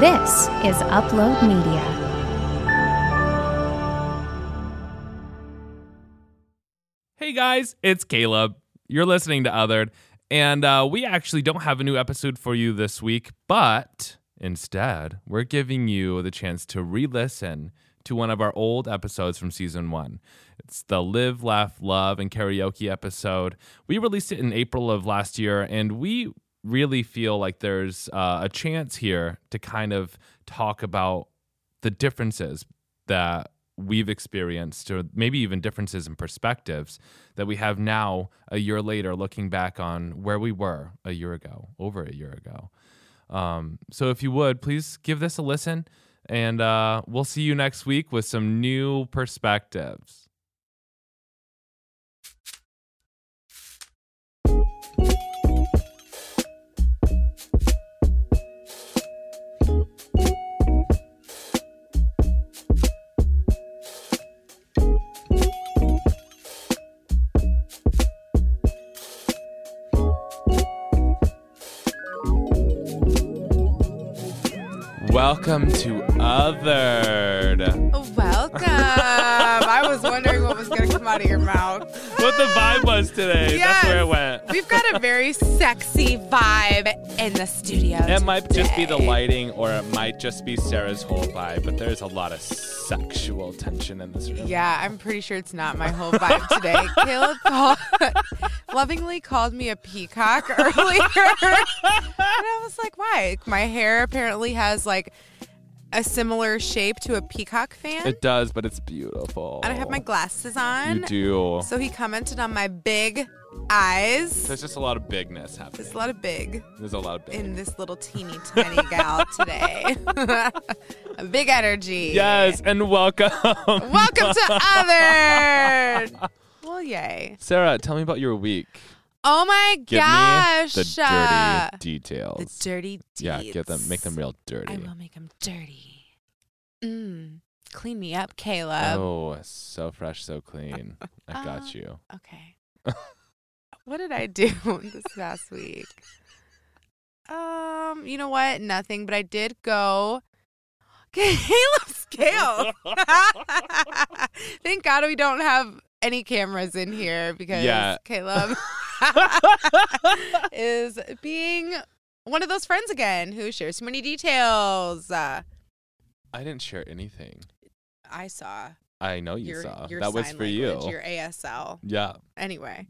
This is Upload Media. Hey guys, it's Caleb. You're listening to Othered, and uh, we actually don't have a new episode for you this week, but instead, we're giving you the chance to re listen to one of our old episodes from season one. It's the Live, Laugh, Love, and Karaoke episode. We released it in April of last year, and we really feel like there's uh, a chance here to kind of talk about the differences that we've experienced or maybe even differences in perspectives that we have now a year later looking back on where we were a year ago over a year ago um, so if you would please give this a listen and uh, we'll see you next week with some new perspectives welcome to othered Welcome. I was wondering what was going to come out of your mouth. what the vibe was today that's where it Yes. went We've got a very sexy vibe in the studio. It might just be the today. lighting, or it might just be Sarah's whole vibe, but there's a lot of sexual tension in this room. Yeah, I'm pretty sure it's not my whole vibe today. Caleb call- lovingly called me a peacock earlier. and I was like, why? My hair apparently has like a similar shape to a peacock fan. It does, but it's beautiful. and I have my glasses on. You do. So he commented on my big eyes. There's just a lot of bigness happening. There's a lot of big. There's a lot of big. in this little teeny tiny gal today. A Big energy. yes, and welcome. Welcome to Othered. Well, yay. Sarah, tell me about your week. Oh my Give gosh. me the uh, dirty details. the dirty yeah, get them, deeds. make them real dirty. I will make them dirty. Mm. Clean me up, Caleb. oh, so fresh, so clean. I got Uh, you. Okay. what did I do this past week? Um, you know what? Nothing, but I did go Caleb scale. Thank God we don't have any cameras in here because Yeah. Caleb is being one of those friends again who shares too many details. Uh, I didn't share anything. I saw I know you your, saw. your that was sign for language, you. your ASL. yeah. anyway,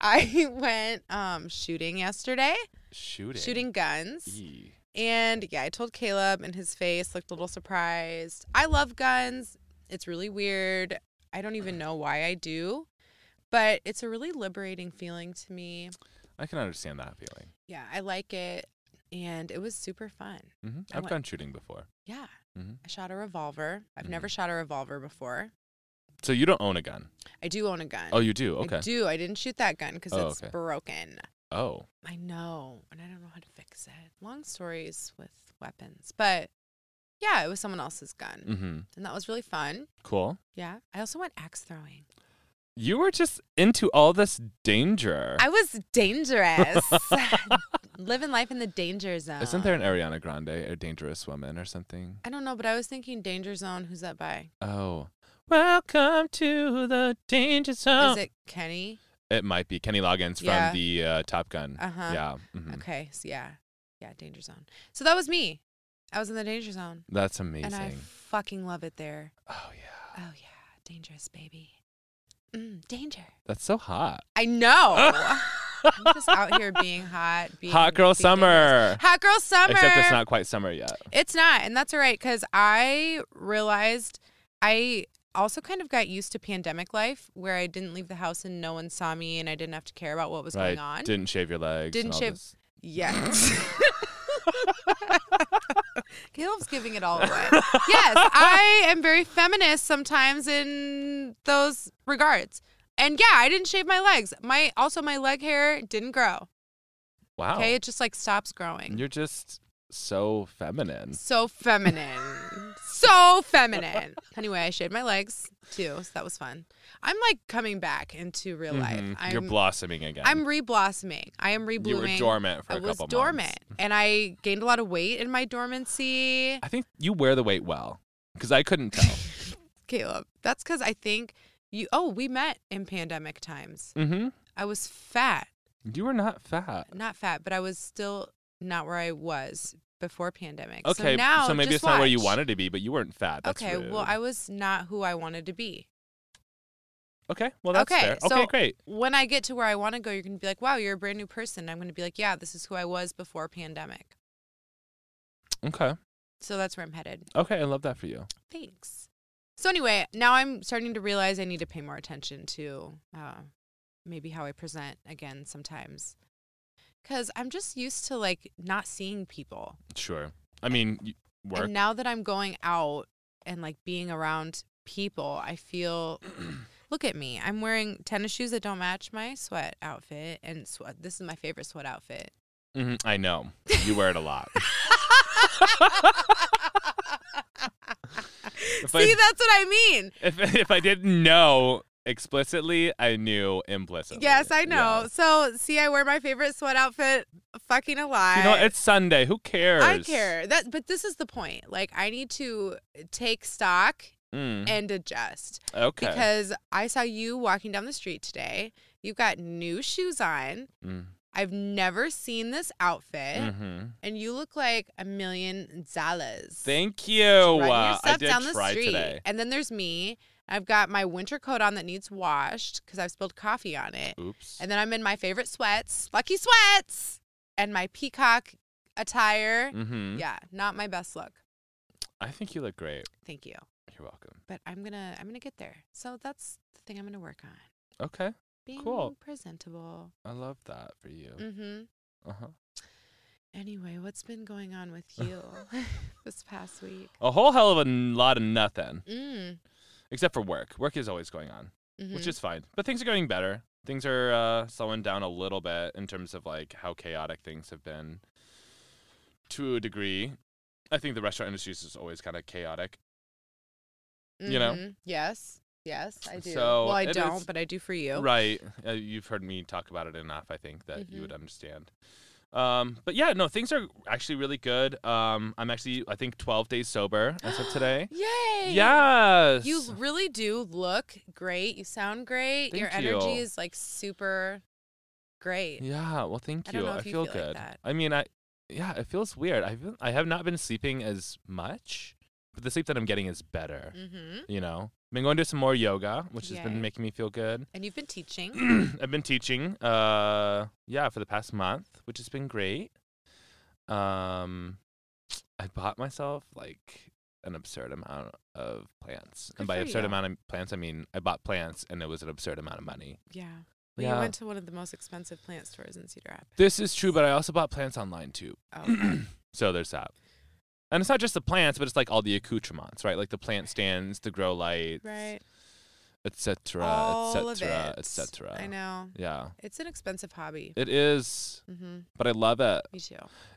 I went um, shooting yesterday, Shooting. shooting guns. E. And yeah, I told Caleb, and his face looked a little surprised. I love guns. It's really weird. I don't even know why I do, but it's a really liberating feeling to me. I can understand that feeling. Yeah, I like it. And it was super fun. hmm I I've want- gone shooting before. Yeah. Mhm. I shot a revolver. I've never Mm-hmm. shot a revolver before. So you don't own a gun. I do own a gun. Oh, you do. I Okay. do. I didn't shoot that gun because Oh, it's okay. broken. Oh, I know, and I don't know how to fix it. Long stories with weapons, but yeah, it was someone else's gun, mm-hmm. and that was really fun. cool. Yeah, I also went axe throwing. You were just into all this danger. I was dangerous, living life in the danger zone. Isn't there an Ariana Grande, a dangerous woman, or something? I don't know, but I was thinking danger zone. Who's that by? Oh, welcome to the danger Is zone. It-, it Kenny? might be Kenny Loggins Yeah. from the uh, Top Gun. Uh-huh. Yeah. mhm. Okay, so yeah, yeah, danger zone. So that was me. I was in the danger zone, That's amazing. and I fucking love it there. oh yeah, Oh yeah, dangerous baby, mm, danger. that's so hot. I know. I'm just out here being hot. Being, hot girl being summer. dangerous. Hot girl summer. Except it's not quite summer yet. It's not, and that's all right because I realized I also kind of got used to pandemic life where I didn't leave the house and no one saw me and I didn't have to care about what was right. going on. Didn't shave your legs. Didn't and all shave- this. Yes. Caleb's giving it all away. Yes, I am very feminist sometimes in those regards. And yeah, I didn't shave my legs. My also my leg hair didn't grow. Wow. Okay, it just like stops growing. You're just so feminine. so feminine. so feminine. Anyway, I shaved my legs too, so that was fun. I'm like coming back into real life. I'm, Mm-hmm. You're blossoming again. I'm re-blossoming. I am you re-blooming. were dormant for I a was couple dormant, months. and I gained a lot of weight in my dormancy. I think you wear the weight well because I couldn't tell. Caleb, that's because I think you. Oh, we met in pandemic times. mm-hmm. I was fat, You were not fat. not fat, but I was still not where I was before pandemic. Okay, so, now, maybe just it's not where you watch. wanted to be, but you weren't fat. That's okay, rude. well, I was not who I wanted to be. okay, well that's okay, fair. so okay, great. When I get to where I want to go, you're gonna be like, "Wow, you're a brand new person." I'm gonna be like, "Yeah, this is who I was before pandemic." Okay, So that's where I'm headed. okay, I love that for you. Thanks. So anyway, now I'm starting to realize I need to pay more attention to uh, maybe how I present again sometimes, because I'm just used to like not seeing people, Sure. I mean, y- work. and now that I'm going out and like being around people, I feel. Look at me. I'm wearing tennis shoes that don't match my sweat outfit, and sweat. This is my favorite sweat outfit. Mhm, I know you wear it a lot. If I- See, that's what I mean. if if I didn't know explicitly, I knew implicitly. Yes, I know. Yeah. So, see, I wear my favorite sweat outfit. Fucking alive. You know, what? it's Sunday. Who cares? I care that, but this is the point. Like, I need to take stock Mm, and adjust okay. because I saw you walking down the street today. You've got new shoes on. Mm, I've never seen this outfit, mhm. and you look like a million dollars. Thank you. Run Uh, your I stuff did down the try street. today. And then there's me. I've got my winter coat on that needs washed because I've spilled coffee on it. Oops. And then I'm in my favorite sweats, lucky sweats, and my peacock attire. hmm Yeah, not my best look. I think you look great. Thank you. You're welcome. But I'm gonna I'm gonna get there. So that's the thing I'm gonna work on. Okay. Being Cool. presentable. I love that for you. Mm-hmm. Uh-huh. Anyway, what's been going on with you this past week? A whole hell of a n- lot of nothing, Mm. except for work. Work is always going on, hmm which is fine. But things are going better. Things are uh, slowing down a little bit in terms of like how chaotic things have been to a degree. I think the restaurant industry is just always kind of chaotic. you know? mm-hmm. Yes. Yes, I do. So well, I it don't, is- but I do for you. Right. Uh, you've heard me talk about it enough, I think, that Mhm. you would understand. Um, but yeah, no, things are actually really good. Um, I'm actually, I think, 12 days sober as of today. Yay! Yes. You really do look great. You sound great. Your Thank energy you. is like super great. Yeah, well, thank I you. don't know I if you feel, feel like good. that. I mean, I yeah, it feels weird. I feel, I have not been sleeping as much, but the sleep that I'm getting is better. Mm-hmm. You know, been going to some more yoga, which has Yay. been making me feel good. And you've been teaching. I've been teaching, uh, yeah, for the past month, which has been great. Um, I bought myself like an absurd amount of plants, Good and by for absurd you. amount of plants, I mean I bought plants, and it was an absurd amount of money. Yeah. Well, Yeah. you went to one of the most expensive plant stores in Cedar Rapids. This is true, but I also bought plants online too. Oh, okay. So there's that. And it's not just the plants, but it's like all the accoutrements, right? Like the plant stands, the grow lights, right. et cetera, et All of cetera, it. et cetera. I know. Yeah. It's an expensive hobby. It is, Mm-hmm. but I love it. Me too.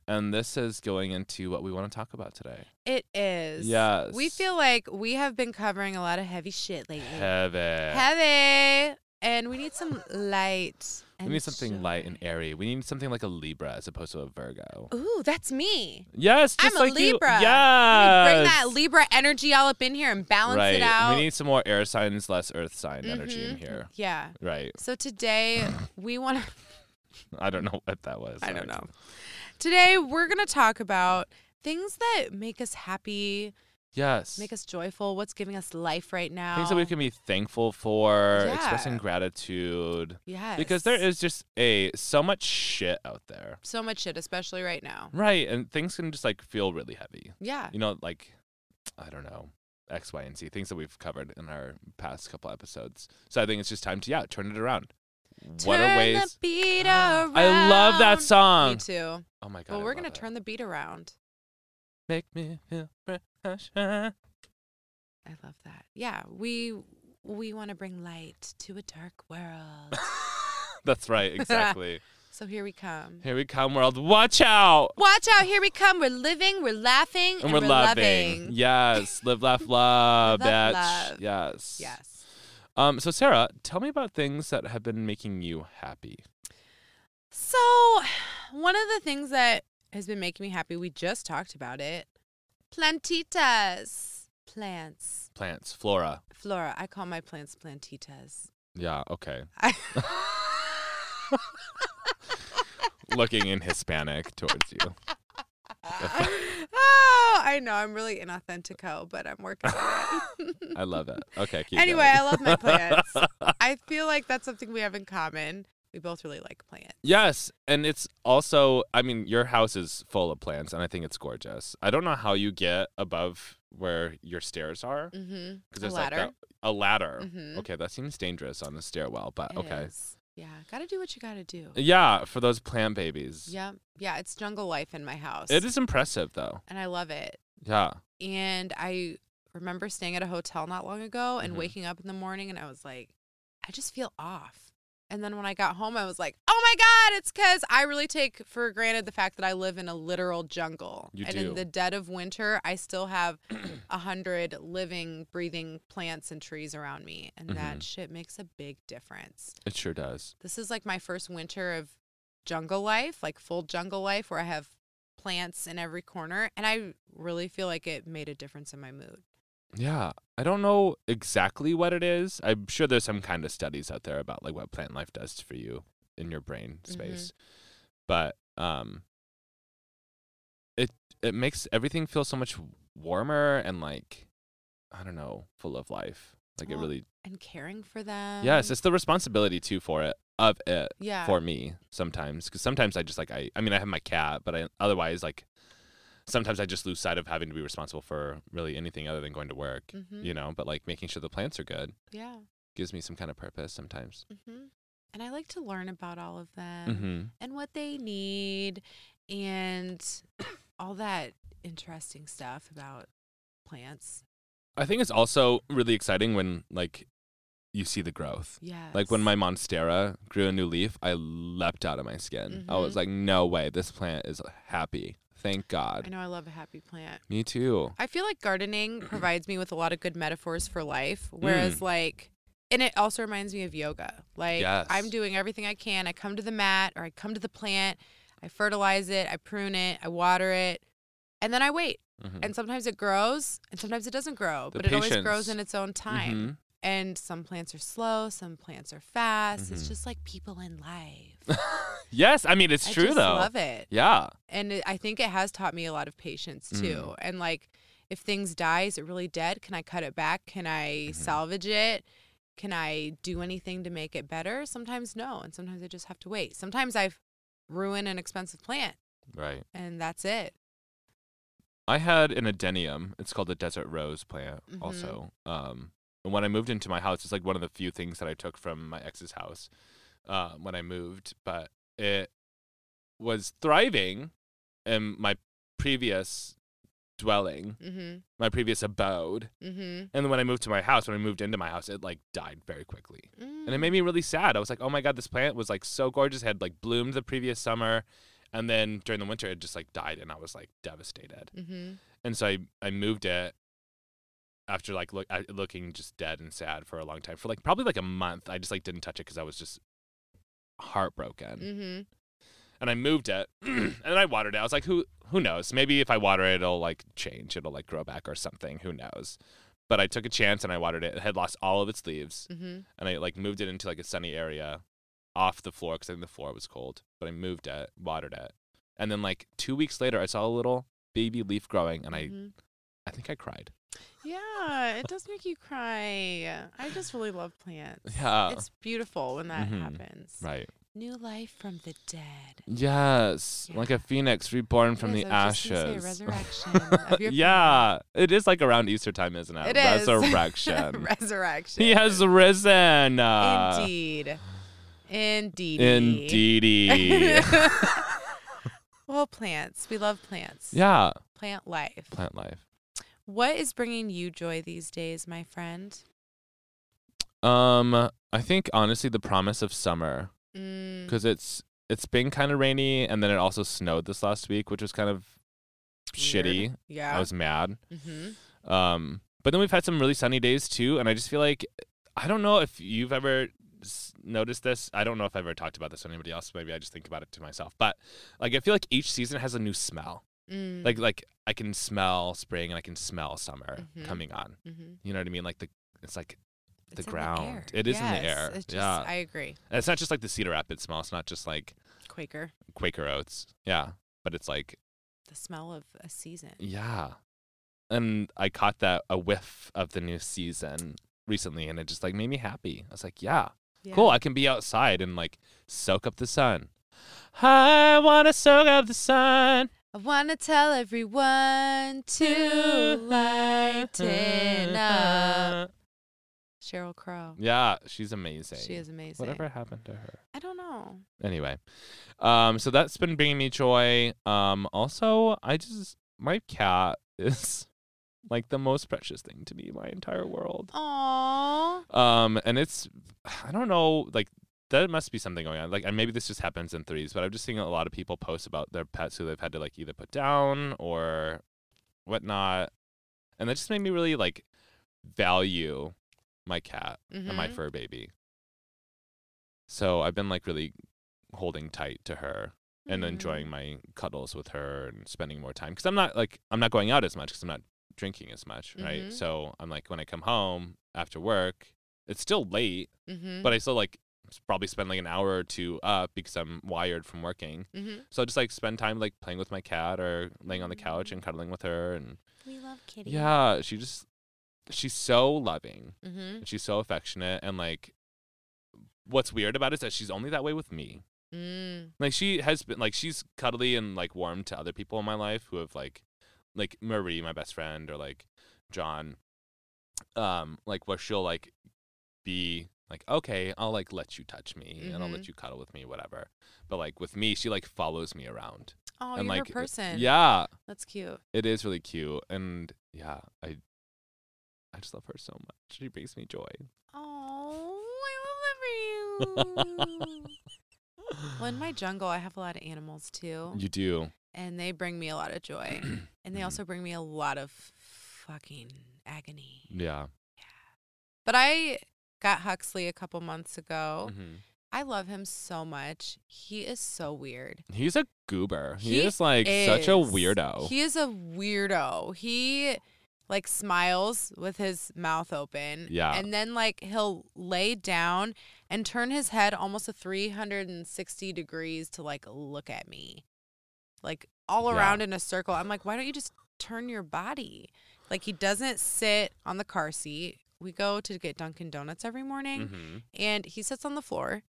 And this is going into what we want to talk about today. It is. Yes. We feel like we have been covering a lot of heavy shit lately. Heaven. Heavy. And we need some light. we and need something light and joy. airy. We need something like a Libra as opposed to a Virgo. Ooh, that's me. Yes, I'm just a like you. Libra. Let me Yes. Bring that Libra energy all up in here and balance right. it out. We need some more air signs, less earth sign energy in Mhm. here. yeah. Right. So today we want to. I don't know what that was. I Sorry. don't know. Today we're gonna talk about things that make us happy, Yes. make us joyful. What's giving us life right now? things that we can be thankful for, Yeah. expressing gratitude. Yes. Because there is just a so much shit out there. so much shit, especially right now. Right. And things can just like feel really heavy. Yeah. You know, like I don't know, X, Y, and Z, things that we've covered in our past couple episodes. So I think it's just time to yeah, turn it around. what turn are ways the beat around. I love that Me song. too. Oh my god. Well, I we're love gonna it. turn the beat around. Make me feel fresh. Right. I love that. Yeah, we we want to bring light to a dark world. That's right, exactly. So here we come. Here we come, world. Watch out. Watch out, here we come. We're living, we're laughing, and, And we're, loving. loving. Yes. Live, laugh, love, laugh, bitch. love. Yes. Yes. Um, so, Sarah, tell me about things that have been making you happy. So, one of the things that has been making me happy, we just talked about it plantitas. Plants. Plants, flora. Flora, I call my plants plantitas. Yeah, okay. I- Looking in Hispanic towards you. oh, I know. I'm really inauthentico, but I'm working on it. I love it. Okay, keep anyway, going. I love my plants. I feel like that's something we have in common. We both really like plants. Yes, and it's also, I mean, your house is full of plants, and I think it's gorgeous. I don't know how you get above where your stairs are. Mm-hmm. because there's like that, a ladder. Mhm. Okay, that seems dangerous on the stairwell, but It Uh, okay. is. Yeah, gotta do what you gotta do. Yeah, for those plant babies. Yeah, yeah, it's jungle life in my house. It is impressive though. and I love it. Yeah. And I remember staying at a hotel not long ago and Mhm. waking up in the morning, and I was like, I just feel off. And then when I got home, I was like, Oh my god, it's because I really take for granted the fact that I live in a literal jungle. You and do. in the dead of winter, I still have a hundred living, breathing plants and trees around me, and Mm-hmm. that shit makes a big difference. It sure does. this is like my first winter of jungle life, like full jungle life where I have plants in every corner and I really feel like it made a difference in my mood. Yeah. I don't know exactly what it is. I'm sure there's some kind of studies out there about like what plant life does for you in your brain space. But um it it makes everything feel so much warmer and like I don't know, full of life. Like it Well, um really And caring for them. Yes, it's the responsibility too for it of it. yeah. for me sometimes because sometimes I just like I I mean I have my cat but I otherwise like sometimes I just lose sight of having to be responsible for really anything other than going to work Mhm. you know but like making sure the plants are good yeah. gives me some kind of purpose sometimes hmm And I like to learn about all of them mm-hmm. and what they need and all that interesting stuff about plants. I think it's also really exciting when like you see the growth Yeah. like when my monstera grew a new leaf I leapt out of my skin I was Mhm. like no way this plant is happy thank I god know I love a happy plant. me too I feel like gardening provides me with a lot of good metaphors for life, whereas Mm. like and it also reminds me of yoga. Like Yes. I'm doing everything I can. I come to the mat or I come to the plant, I fertilize it, I prune it, I water it, and then I wait. Mhm. And sometimes it grows and sometimes it doesn't grow, The but it always grows patience. in its own time. Mhm. And some plants are slow, some plants are fast. Mhm. It's just like people in life. yes I mean it's I true just though love it yeah and it, I think it has taught me a lot of patience too. Mm. And like, if things die, is it really dead? Can I cut it back? Can I Mm-hmm. salvage it? Can I do anything to make it better? Sometimes no, and sometimes I just have to wait. Sometimes I ruin an expensive plant, right and that's it. I had an adenium. It's called the desert rose plant. Mhm. Also, um, and when I moved into my house, it's like one of the few things that I took from my ex's house uh, when I moved. But it was thriving in my previous dwelling, Mm-hmm. my previous abode. Mm-hmm. And then when I moved to my house, when I moved into my house, it like died very quickly mm, and it made me really sad. I was like, "Oh my god, this plant was like so gorgeous. It had like bloomed the previous summer, and then during the winter, it just like died, and I was like devastated." Mm-hmm. and so I, I moved it after like look, I, looking just dead and sad for a long time for like probably like a month i just like didn't touch it because i was just heartbroken Mm-hmm. and i moved it and then i watered it i was like who who knows maybe if i water it it'll like change it'll like grow back or something who knows but i took a chance and i watered it it had lost all of its leaves Mm-hmm. and i like moved it into like a sunny area off the floor because i think the floor was cold but i moved it watered it and then like two weeks later i saw a little baby leaf growing and i Mm-hmm. i think i cried Yeah, it does make you cry. I just really love plants. Yeah. It's beautiful when that Mhm. happens. right. New life from the dead. Yes. Like a phoenix reborn from Yes, the I was just gonna say ashes. resurrection of your yeah. It is like around Easter time, isn't it? It is. Resurrection. Resurrection. he has risen. Uh, Indeed. Indeed. Indeedy. well, plants. We love plants. yeah. Plant life. Plant life. What is bringing you joy these days, my friend? Um, I think honestly the promise of summer Mm, because it's it's been kind of rainy, and then it also snowed this last week, which was kind of shitty. Yeah. I was mad. mm-hmm. Um, but then we've had some really sunny days too, and I just feel like I don't know if you've ever s- noticed this. I don't know if I've ever talked about this to anybody else. Maybe I just think about it to myself. But like, I feel like each season has a new smell. Mm, Like, like I can smell spring and I can smell summer Mhm. coming on. mhm. You know what I mean? Like the it's like the It's in the air. ground. it is in the Yes, air. it's just- yeah, I agree. and it's not just like the Cedar Rapids smell. It's not just like Quaker. Quaker Oats. Yeah, but it's like The smell of a season. Yeah. And I caught that a whiff of the new season recently and it just like made me happy. I was like, yeah, Yeah. cool. I can be outside and like soak up the sun. I want to soak up the sun. I want to tell everyone to lighten up. Cheryl Crow. Yeah, she's amazing. She is amazing. Whatever happened to her? I don't know. Anyway, um, so that's been bringing me joy. Um, also, I just, my cat is like the most precious thing to me, in my entire world. Aww. Um, and it's, I don't know, like there must be something going on. Like, and maybe this just happens in threes, but I've just seen a lot of people post about their pets who they've had to like either put down or whatnot, and that just made me really like value my cat and Mm-hmm. my fur baby. So I've been like really holding tight to her Mm-hmm. and enjoying my cuddles with her and spending more time because I'm not like I'm not going out as much because I'm not drinking as much, right? Mhm. So I'm like when I come home after work, it's still late, Mm-hmm. but I still like s- probably spend like an hour or two up because I'm wired from working. mm-hmm. So I just like spend time like playing with my cat or laying on the couch and cuddling with her and We love kitty. yeah, she just she's so loving Mm-hmm. and she's so affectionate and like what's weird about it is that she's only that way with me. Mm. Like she has been like she's cuddly and like warm to other people in my life who have like like Marie, my best friend, or like John. Um, like where she'll like be like, okay, I'll like let you touch me and I'll Mm-hmm. let you cuddle with me, whatever. But like with me, she like follows me around. Oh, and you're like her it- person. Yeah. That's cute. It is really cute. And yeah, I I just love her so much. She brings me joy. Oh, I love that for you. well, in my jungle, I have a lot of animals too, You do. and they bring me a lot of joy, and they Mhm. also bring me a lot of fucking agony. Yeah. But I got Huxley a couple months ago. Mhm. I love him so much. He is so weird. He's a goober. He, He is like such a is- weirdo. He is a weirdo. He like smiles with his mouth open. Yeah. And then like he'll lay down and turn his head almost a 360 degrees to like look at me. Like all Yeah. around in a circle. I'm like, why don't you just turn your body? Like he doesn't sit on the car seat. We go to get Dunkin' Donuts every morning Mhm. and he sits on the floor.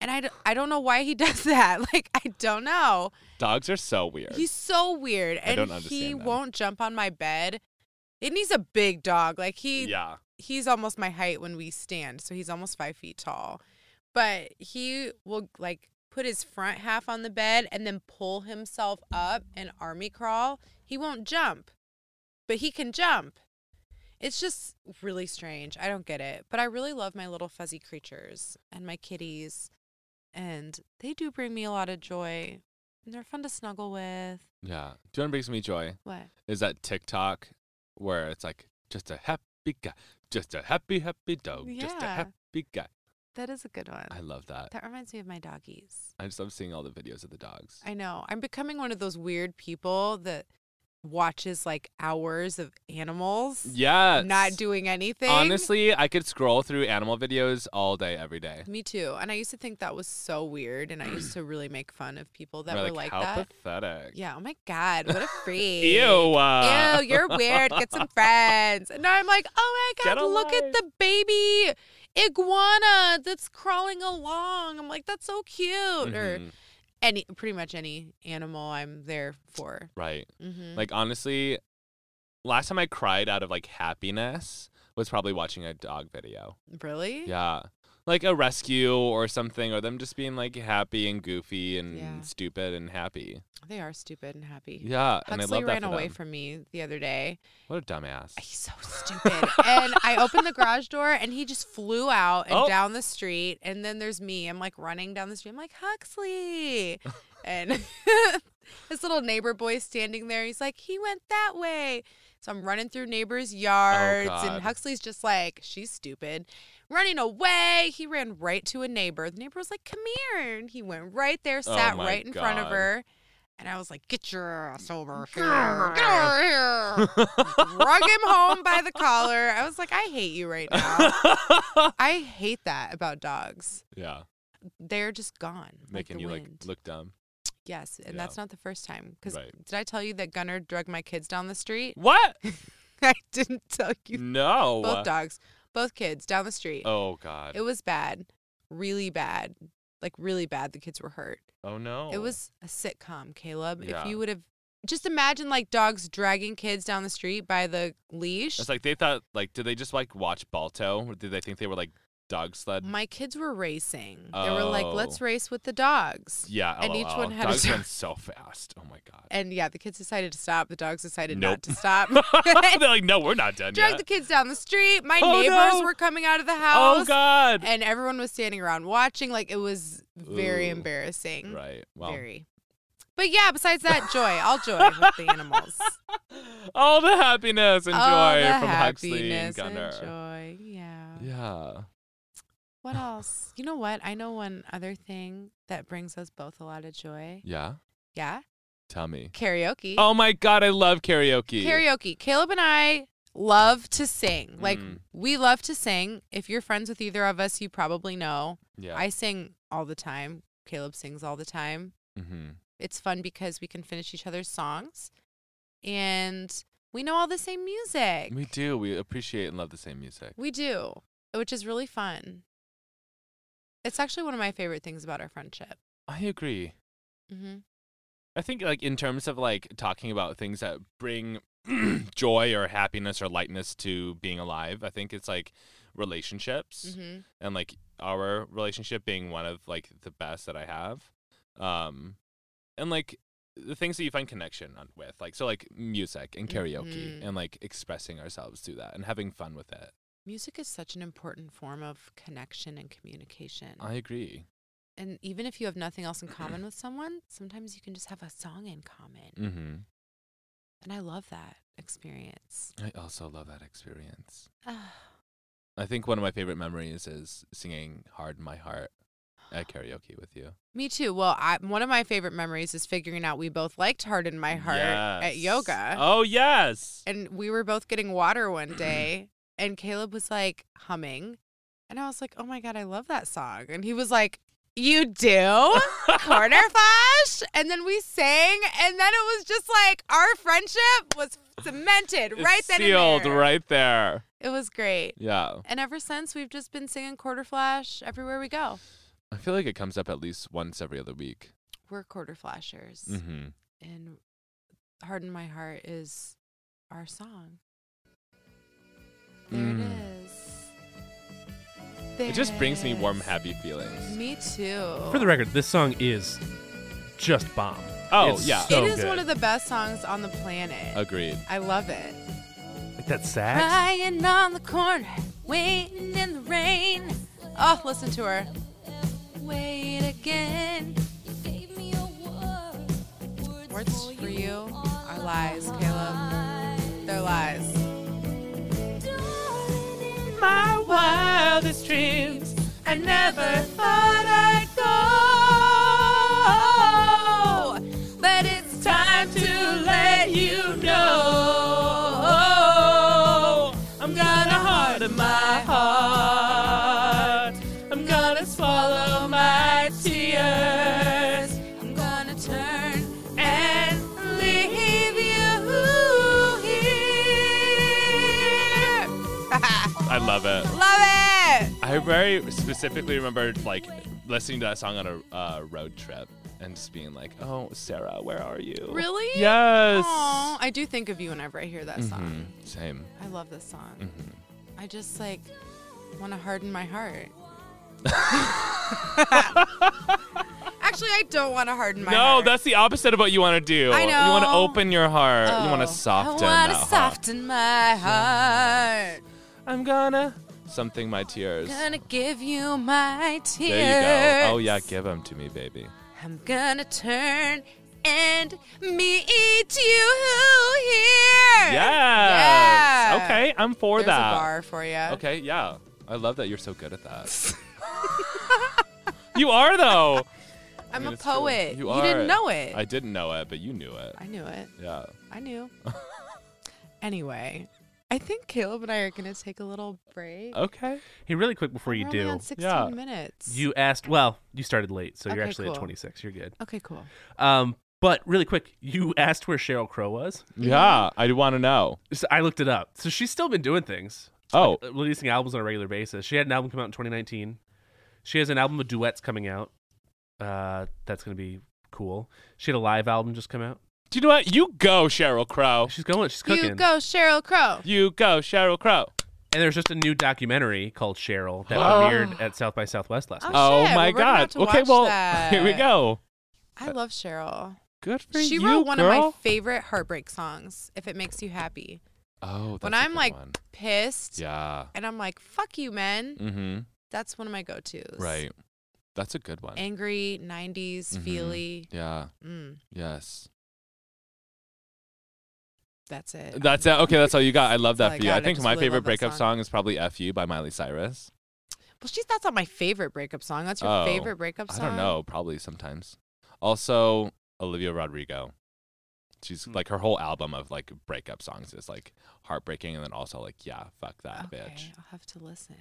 And I, d- I don't know why he does that. Like, I don't know. Dogs are so weird. He's so weird. I And don't he understand them. won't jump on my bed. And he's a big dog. Like, he yeah. he's almost my height when we stand. So he's almost five feet tall. But he will, like, put his front half on the bed and then pull himself up and army crawl. He won't jump, but he can jump. It's just really strange. I don't get it. But I really love my little fuzzy creatures and my kitties. And they do bring me a lot of joy. And they're fun to snuggle with. Yeah. Do you know what brings me joy? What? Is that TikTok where it's like just a happy guy, just a happy, happy dog, just a Yeah. happy guy. That is a good one. I love that. That reminds me of my doggies. I just love seeing all the videos of the dogs. I know. I'm becoming one of those weird people that watches like hours of animals Yeah. not doing anything. Honestly, I could scroll through animal videos all day, every day. Me too. And I used to think that was so weird and I used to really make fun of people that We're were like how that. pathetic. Yeah, oh my god, what a freak. Ew. uh, Ew, you're weird. Get some friends. And I'm like, oh my Get god, look at alive. the baby iguana that's crawling along. I'm like, that's so cute. Or mhm, any pretty much any animal I'm there for. Right. Mm-hmm. Like, honestly, last time I cried out of like happiness was probably watching a dog video. Really? Yeah. like a rescue or something, or them just being like happy and goofy and Yeah. stupid and happy. They are stupid and happy. Yeah, and I Huxley love that ran for away them. from me the other day. What a dumbass! He's so stupid. and I opened the garage door and he just flew out and Oh. down the street. And then there's me. I'm like running down the street. I'm like, Huxley. And this little neighbor boy standing there. He's like, he went that way. So I'm running through neighbors' yards. Oh, God. and Huxley's just like, she's stupid. Running away. He ran right to a neighbor. The neighbor was like, come here. And he went right there, sat Oh, my right in front of God. her. And I was like, get your ass over here. Get over here drug him home by the collar. I was like, I hate you right now. I hate that about dogs. yeah, They're just gone. making like the you wind. like look dumb. Yes, and Yeah. that's not the first time. Because Right. did I tell you that Gunnar drugged my kids down the street? What? I didn't tell you. no. uh, Both dogs, both kids down the street. oh God. It was bad, really bad, like really bad. The kids were hurt. oh no. It was a sitcom, Caleb. Yeah. If you would have just imagine like dogs dragging kids down the street by the leash. It's like they thought. Like, did they just like watch Balto? Or did they think they were like dog sled? My kids were racing. They were like, Oh. let's race with the dogs. yeah. and each LOL. one had a dogs dog. run so fast. Oh my God. And yeah, the kids decided to stop. The dogs decided Nope. not to stop. They're like, no, we're not done Dragged yet. the kids down the street. My Oh, neighbors no. were coming out of the house. oh God. And everyone was standing around watching. Like it was very Ooh. embarrassing. Right. Well. Very. But yeah, besides that, joy. All joy with the animals. All the happiness and joy All the from Huxley and happiness Gunnar. joy. Yeah. Yeah. What else? You know what? I know one other thing that brings us both a lot of joy. Yeah. Yeah. Tell me. Karaoke. Oh my God, I love karaoke. Karaoke. Caleb and I love to sing. Like Mm. we love to sing. If you're friends with either of us, you probably know. Yeah. I sing all the time. Caleb sings all the time. mm-hmm. It's fun because we can finish each other's songs and we know all the same music. We do. We appreciate and love the same music. We do, which is really fun. It's actually one of my favorite things about our friendship. I agree. hmm I think like in terms of like talking about things that bring joy or happiness or lightness to being alive, I think it's like relationships hmm and like our relationship being one of like the best that I have. Um and like the things that you find connection on with, like so like music and karaoke Mhm. and like expressing ourselves through that and having fun with it. Music is such an important form of connection and communication. I agree. and even if you have nothing else in common with someone, sometimes you can just have a song in common. Mhm. And I love that experience. I also love that experience. Ah, I think one of my favorite memories is singing Hard My Heart at karaoke with you. Me too. Well, I, one of my favorite memories is figuring out we both liked Heart in My Heart at Yes. yoga. Oh, yes. And we were both getting water one day, and Caleb was like humming. And I was like, oh my God, I love that song. And he was like, you do? Corner flash? And then we sang, and then it was just like our friendship was cemented right It's then sealed and there. right there. It was great. Yeah. And ever since, we've just been singing Quarter Flash everywhere we go. I feel like it comes up at least once every other week. We're Quarter Flashers. Mm-hmm. And Harden My Heart is our song. There it is. Mm. It just brings me warm, There's- happy feelings. Me too. For the record, this song is just bomb. Oh, It's yeah. so it is good. one of the best songs on the planet. Agreed. I love it. like that sax. Crying on the corner, waiting in the rain. Oh, listen to her. Wait again. Words for you are lies, Caleb. They're lies. My wildest dreams, I never thought I'd go. But it's time to let you know. I'm gonna heart of my heart. I'm gonna swallow my tears. I'm gonna turn and leave you here. I love it. Love it. I very specifically remembered like listening to that song on a uh, road trip and just being like, "Oh, Sarah, where are you?" Really? Yes. Aw, I do think of you whenever I hear that song. Mhm. Same. Mm-hmm. I love this song. I just like want to harden my heart. Actually, I don't want to harden my no, heart. that's the opposite of what you want to do. I You want to know. open your heart. You want Oh, to soften I want that to soften my heart. heart. I'm gonna something my tears. Gonna give you my tears. There you go. Oh yeah, give them to me, baby. I'm gonna turn and meet you here. Yes. Yeah. Okay, I'm for There's that. a bar for you. Okay, yeah. I love that you're so good at that. you are though. I I'm mean, a it's true. poet. You, are. didn't know it. I didn't know it, but you knew it. I knew it. Yeah. I knew. anyway, I think Caleb and I are gonna take a little break. Okay. Hey, really quick before you We're do, Only on 16 Uh, Yeah. minutes. you asked. Well, you started late, so you're Okay, actually at cool. 26. You're good. Okay, cool. Um, but really quick, you asked where Cheryl Crow was. Yeah, I want to know. So I looked it up. So she's still been doing things, uh, Oh, releasing albums on a regular basis. She had an album come out in 2019. She has an album of duets coming out. Uh, that's gonna be cool. She had a live album just come out. do you know what? You go, Cheryl Crow. She's going. She's Oh. You cooking. go, Cheryl Crow. You go, Cheryl Crow. And there's just a new documentary called Cheryl that Oh. premiered at South by Southwest last night. Oh, shit, my well, we're gonna God. have to okay, watch well, that. here we go. I love Cheryl. Good for She you, wrote one of my girl. favorite heartbreak songs, If It Makes You Happy. oh, that's when a I'm good like one. pissed yeah. and I'm like, fuck you, men, Mm-hmm. that's one of my go tos. Right. That's a good one. Angry, 90s, Mhm. feely. yeah. Mm, Yes. that's it. That's it. Okay, that's all you got. I love That's that all I for you. got. I I think just my really favorite love that breakup song. song is probably "F You" by Miley Cyrus. well, she's that's not my favorite breakup song. That's your Oh, favorite breakup I song? don't know. Probably sometimes. Also, Olivia Rodrigo. She's Mm. like her whole album of like breakup songs is like heartbreaking, and then also like yeah, fuck that Okay, bitch. I'll have to listen.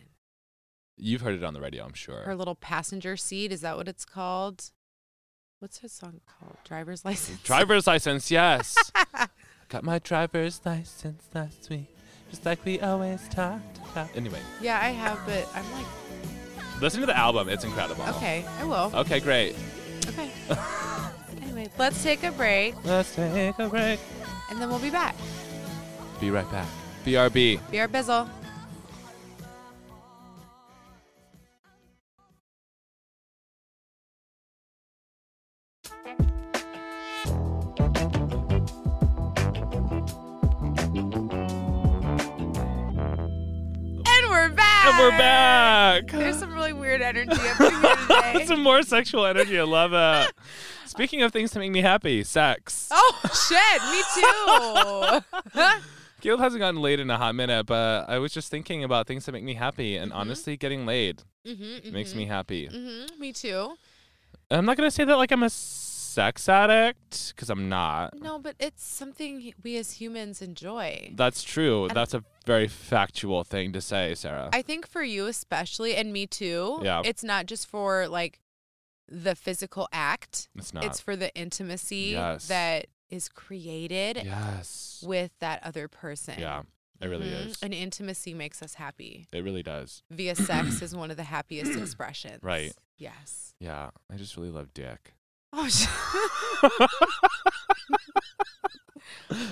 You've heard it on the radio, I'm sure. Her little passenger seat, is that what it's called? What's her song called? Driver's license. driver's license, yes. Got my driver's license last week, just like we always talked about. Anyway, yeah, I have, but I'm like, listen to the album; it's incredible. okay, I will. Okay, great. Okay. anyway, let's take a break Let's take a break. and then we'll be back. Be right back. BRB. Be our bizzle. And we're back. And we're back. There's some really weird energy happening here today. Some more sexual energy. I love it. Speaking of things to make me happy, sex. oh shit, me too. Caleb hasn't gotten laid in a hot minute, but I was just thinking about things that make me happy, and honestly, getting laid makes me happy. mm-hmm, me too. And I'm not gonna say that like I'm a sex addict, because I'm not. No, but it's something we as humans enjoy. That's true. That's a very factual thing to say, Sarah. I think for you especially, and me too. Yeah. It's not just for like the physical act. it's not. It's for the intimacy Yes. that is created yes. with that other person. Yeah, it really Mhm. is. And intimacy makes us happy. It really does. Via sex is one of the happiest expressions. Right. Yes. Yeah, I just really love dick. Oh. sh-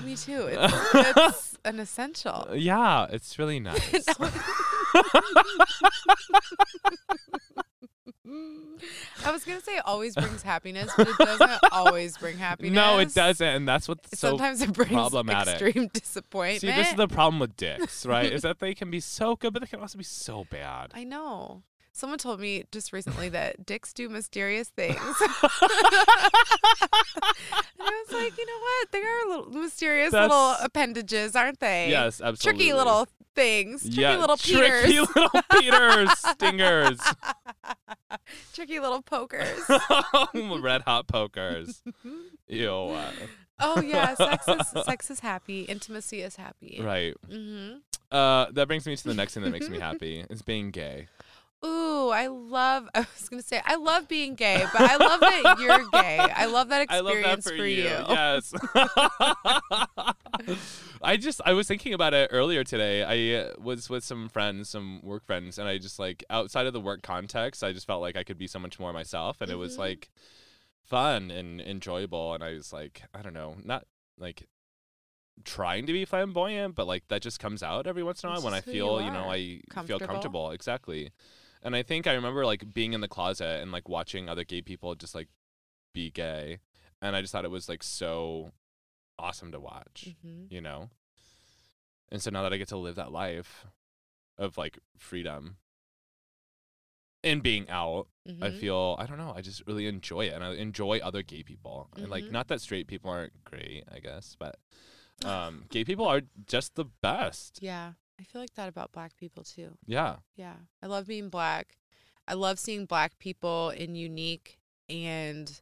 me too. It's, it's an essential. Yeah, it's really nice. I was gonna say it always brings happiness, but it doesn't always bring happiness. No, it doesn't, and that's what's so Sometimes it brings problematic. extreme disappointment. See, this is the problem with dicks, right? is that they can be so good, but they can also be so bad. I know. Someone told me just recently that dicks do mysterious things. and I was like, you know what? They are little mysterious little That's- appendages, aren't they? Yes, absolutely. Tricky little things. Tricky yeah, little peters. tricky little Peters, stingers, tricky little pokers. red hot pokers. Ew. oh yeah, sex is sex is happy. Intimacy is happy. Right. Mm-hmm. Uh, that brings me to the next thing that makes me happy is being gay. Ooh, I love. I was gonna say I love being gay, but I love that you're gay. I love that I love experience that for, you. Yes. I just I was thinking about it earlier today. I uh, was with some friends, some work friends, and I just like outside of the work context, I just felt like I could be so much more myself, and it was Mhm. like fun and enjoyable. And I was like, I don't know, not like trying to be flamboyant, but like that just comes out every once in a It's while when I just who you feel, you know, are. I feel Comfortable. comfortable. Exactly. And I think I remember like being in the closet and like watching other gay people just like be gay. And I just thought it was like so awesome to watch, Mm-hmm. you know? And so now that I get to live that life of like freedom and being out, mm-hmm. I feel I don't know. I just really enjoy it, and I enjoy other gay people. And like, Mhm. not that straight people aren't great, I guess, but um, gay people are just the best. Yeah. I feel like that about black people too. Yeah, Yeah. I love being black. I love seeing black people in unique and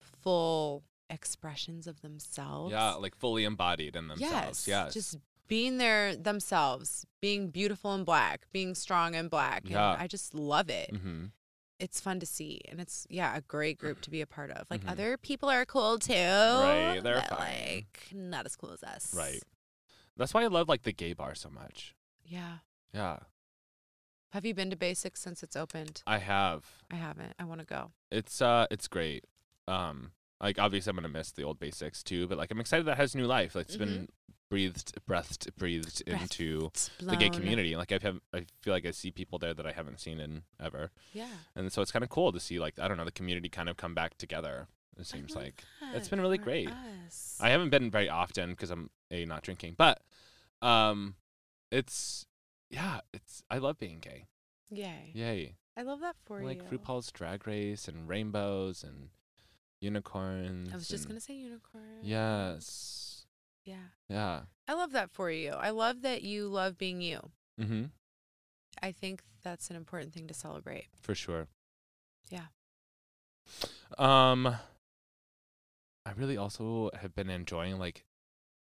full expressions of themselves. yeah, like fully embodied in themselves. Yes. Yes, Just being their themselves, being beautiful and black, being strong and black. And Yeah. I just love it. hmm It's fun to see. And it's, yeah, a great group to be a part of. Like Mhm. other people are cool too. Right, they're but, fine. like not as cool as us. right. That's why I love like the gay bar so much. Yeah. Yeah, Have you been to Basics since it's opened? I have. I haven't. I want to go. It's uh, it's great. Um, like obviously I'm gonna miss the old basics too, but like I'm excited that it has new life. Like it's Mm-hmm. been breathed, breathed, breathed into. the gay Blown. community. Like I have, I feel like I see people there that I haven't seen in ever, Yeah. and so it's kind of cool to see like I don't know the community kind of come back together. It seems Mm-hmm. like it's been really great. Us. I haven't been very often because I'm a not drinking, but um, it's yeah, it's I love being gay. Yay. Yay! I love that for like you. RuPaul's Drag Race and rainbows and unicorns. I was just and- gonna say unicorn. Yes. Yeah. Yeah. I love that for you. I love that you love being you. Mm-hmm. I think that's an important thing to celebrate. For sure. Yeah. Um I really also have been enjoying like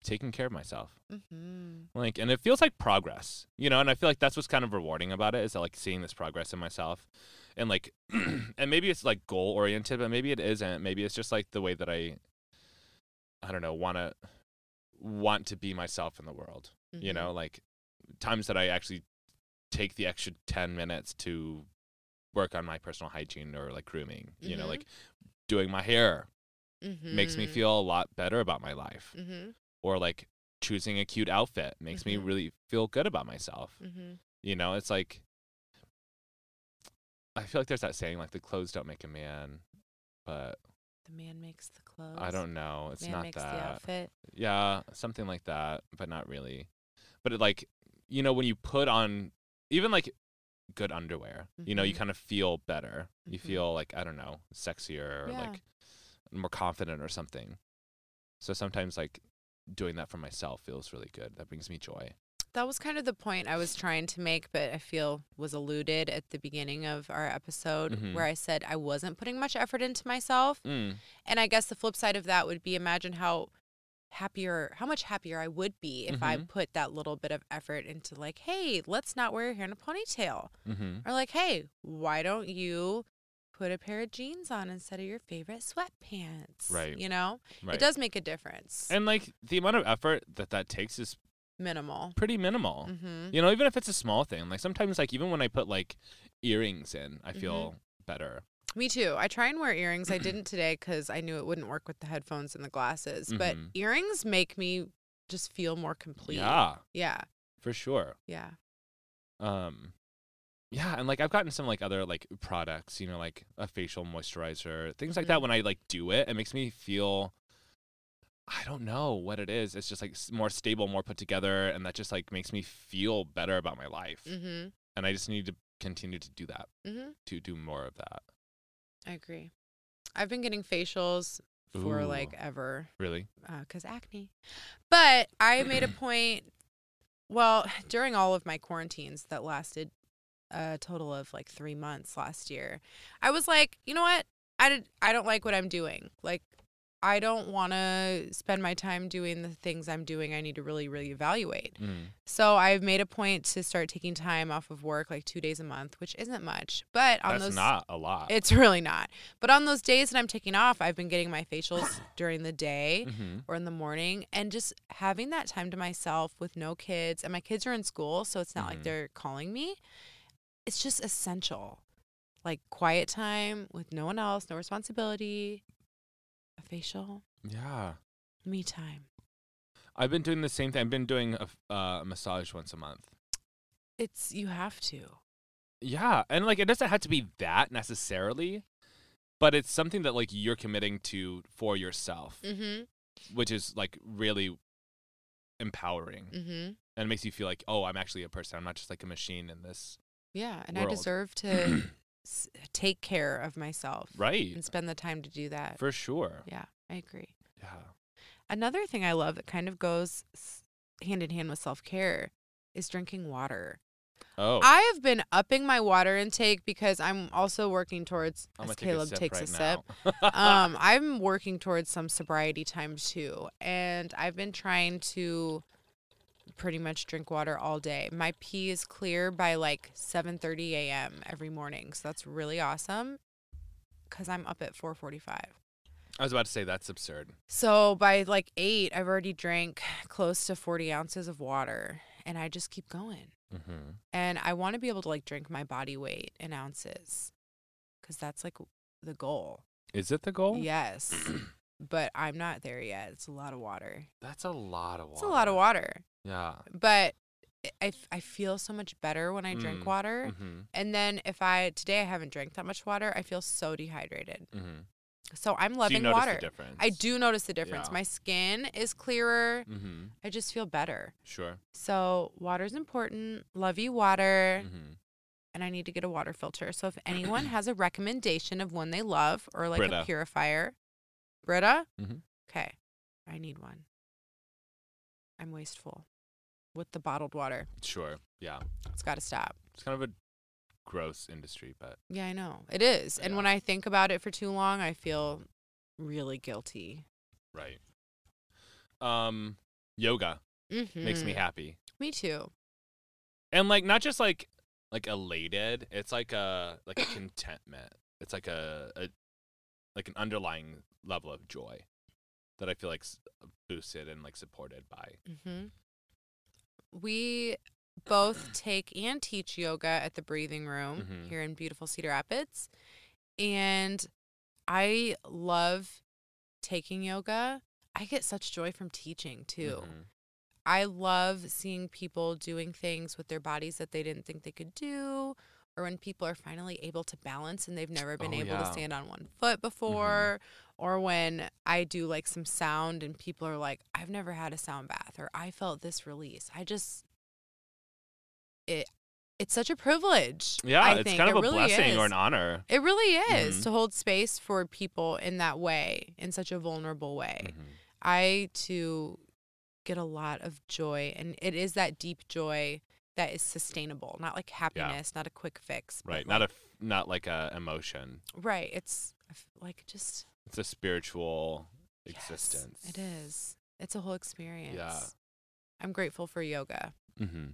taking care of myself. Mm-hmm. Like and it feels like progress. You know, and I feel like that's what's kind of rewarding about it is that like seeing this progress in myself. And like and maybe it's like goal oriented, but maybe it isn't. Maybe it's just like the way that I I don't know, want to want to be myself in the world Mm-hmm. you Mm-hmm. know like times that i actually take the extra 10 minutes to work on my personal hygiene or like grooming you Mm-hmm. know Mhm. like doing my hair makes Mm. me feel a lot better about my life Mm-hmm. or like choosing a cute outfit makes me Mm-hmm. Mhm. really feel good about myself Mm-hmm. you know it's like i feel like there's that saying like the clothes don't make a man but The man makes the clothes. i don't know it's Man not makes the that outfit. yeah, something like that, but not really. But it, like, you know, when you put on even like good underwear, you know, you Mhm. kind of feel better. You Mhm. feel like I don't know, sexier or Yeah. like more confident or something. So sometimes like doing that for myself feels really good. That brings me joy. That was kind of the point I was trying to make, but I feel was alluded at the beginning of our episode Mhm. where I said I wasn't putting much effort into myself. Mm. And I guess the flip side of that would be imagine how happier, how much happier I would be if I Mhm. put that little bit of effort into, like, hey, let's not wear your hair in a ponytail. Mm-hmm. Or like, hey, why don't you put a pair of jeans on instead of your favorite sweatpants? Right. You know, Right. it does make a difference. and like the amount of effort that that takes is Minimal. pretty minimal. Mm-hmm. You know, even if it's a small thing. Like sometimes like even when I put like earrings in, I Mhm. feel better. Me too. I try and wear earrings. I didn't today because I knew it wouldn't work with the headphones and the glasses. But Mhm. earrings make me just feel more complete. Yeah, Yeah. for sure. Yeah. um yeah and like i've gotten some like other like products you know like a facial moisturizer things like that Mhm. when i like do it it makes me feel i don't know what it is it's just like s- more stable more put together and that just like makes me feel better about my life Mm-hmm. and i just need to continue to do that Mm-hmm. to do more of that I agree. I've been getting facials for Ooh. like ever. really because acne. But I made a point, well, during all of my quarantines that lasted a total of like three months last year, I was like, you know what? I, did, I don't like what I'm doing. Like, I don't want to spend my time doing the things I'm doing. I need to really, really evaluate. mm. So I've made a point to start taking time off of work, like two days a month, which isn't much. But on that's those not a lot it's really not. But on those days that I'm taking off, I've been getting my facials during the day hmm or in the morning and just having that time to myself with no kids. And my kids are in school, so it's not Mhm. like they're calling me. It's just essential. Like quiet time with no one else, no responsibility, a facial, yeah me time. i've been doing the same thing i've been doing a f- uh, massage once a month It's you have to. Yeah, and like it doesn't have to be that necessarily, but it's something that like you're committing to for yourself, Mm-hmm. which is like really empowering Mm-hmm. and it makes you feel like, oh, I'm actually a person. I'm not just like a machine in this. Yeah, and I world. deserve to s- take care of myself, Right. And spend the time to do that. For sure. yeah, I agree. Yeah. Another thing I love that kind of goes s- hand in hand with self care is drinking water. Oh. I have been upping my water intake because I'm also working towards. I'm as gonna Caleb take takes a a sip sip, right now. um, I'm working towards some sobriety time too, and I've been trying to pretty much drink water all day. My pee is clear by like 7:30 a.m. every morning, so that's really awesome because I'm up at 4:45. I was about to say that's absurd. So by like eight, I've already drank close to 40 ounces of water, and I just keep going. Mm-hmm. And I want to be able to like drink my body weight in ounces because that's like the goal. Is it the goal? Yes. but I'm not there yet. It's a lot of water. That's a lot of water. It's a lot of water. Yeah. But I- I, f- I feel so much better when I drink Mm. water. Mm-hmm. And then if I today I haven't drank that much water, I feel so dehydrated. Mm-hmm. So I'm so you loving notice water. the difference. I do notice the difference. Yeah. My skin is clearer. Mm-hmm. I just feel better. Sure. So water's important. Love you, water. Mm-hmm. And I need to get a water filter. So if anyone has a recommendation of one they love or like Brita. a purifier, Brita, Mhm. okay, I need one. I'm wasteful with the bottled water. Sure. Yeah. It's got to stop. It's kind of a gross industry, but Yeah, I know it is. And Yeah. when I think about it for too long, I feel really guilty. right. Um, yoga makes me Mhm. happy, Me too. and like not just like like elated. It's like a like a contentment. It's like a, a like an underlying level of joy that I feel like s- uh, boosted and like supported by. hmm We both take and teach yoga at the Breathing Room Mhm. here in beautiful Cedar Rapids. And I love taking yoga. I get such joy from teaching too. Mhm. I love seeing people doing things with their bodies that they didn't think they could do, or when people are finally able to balance and they've never been Oh, able yeah. Mm-hmm. to stand on one foot before, or when I do like some sound and people are like, I've never had a sound bath, or I felt this release. I just, it, it's such a privilege. Yeah, I it's think. kind of It a really blessing or is. an honor. It really is Mhm. to hold space for people in that way, in such a vulnerable way. Mhm. I too get a lot of joy, and it is that deep joy that is sustainable, not like happiness, not a quick fix. but Right. Not a like- f- not like a emotion. right. It's a f- like just It's a spiritual yes, existence. it is. It's a whole experience. I'm grateful for yoga. Mm-hmm.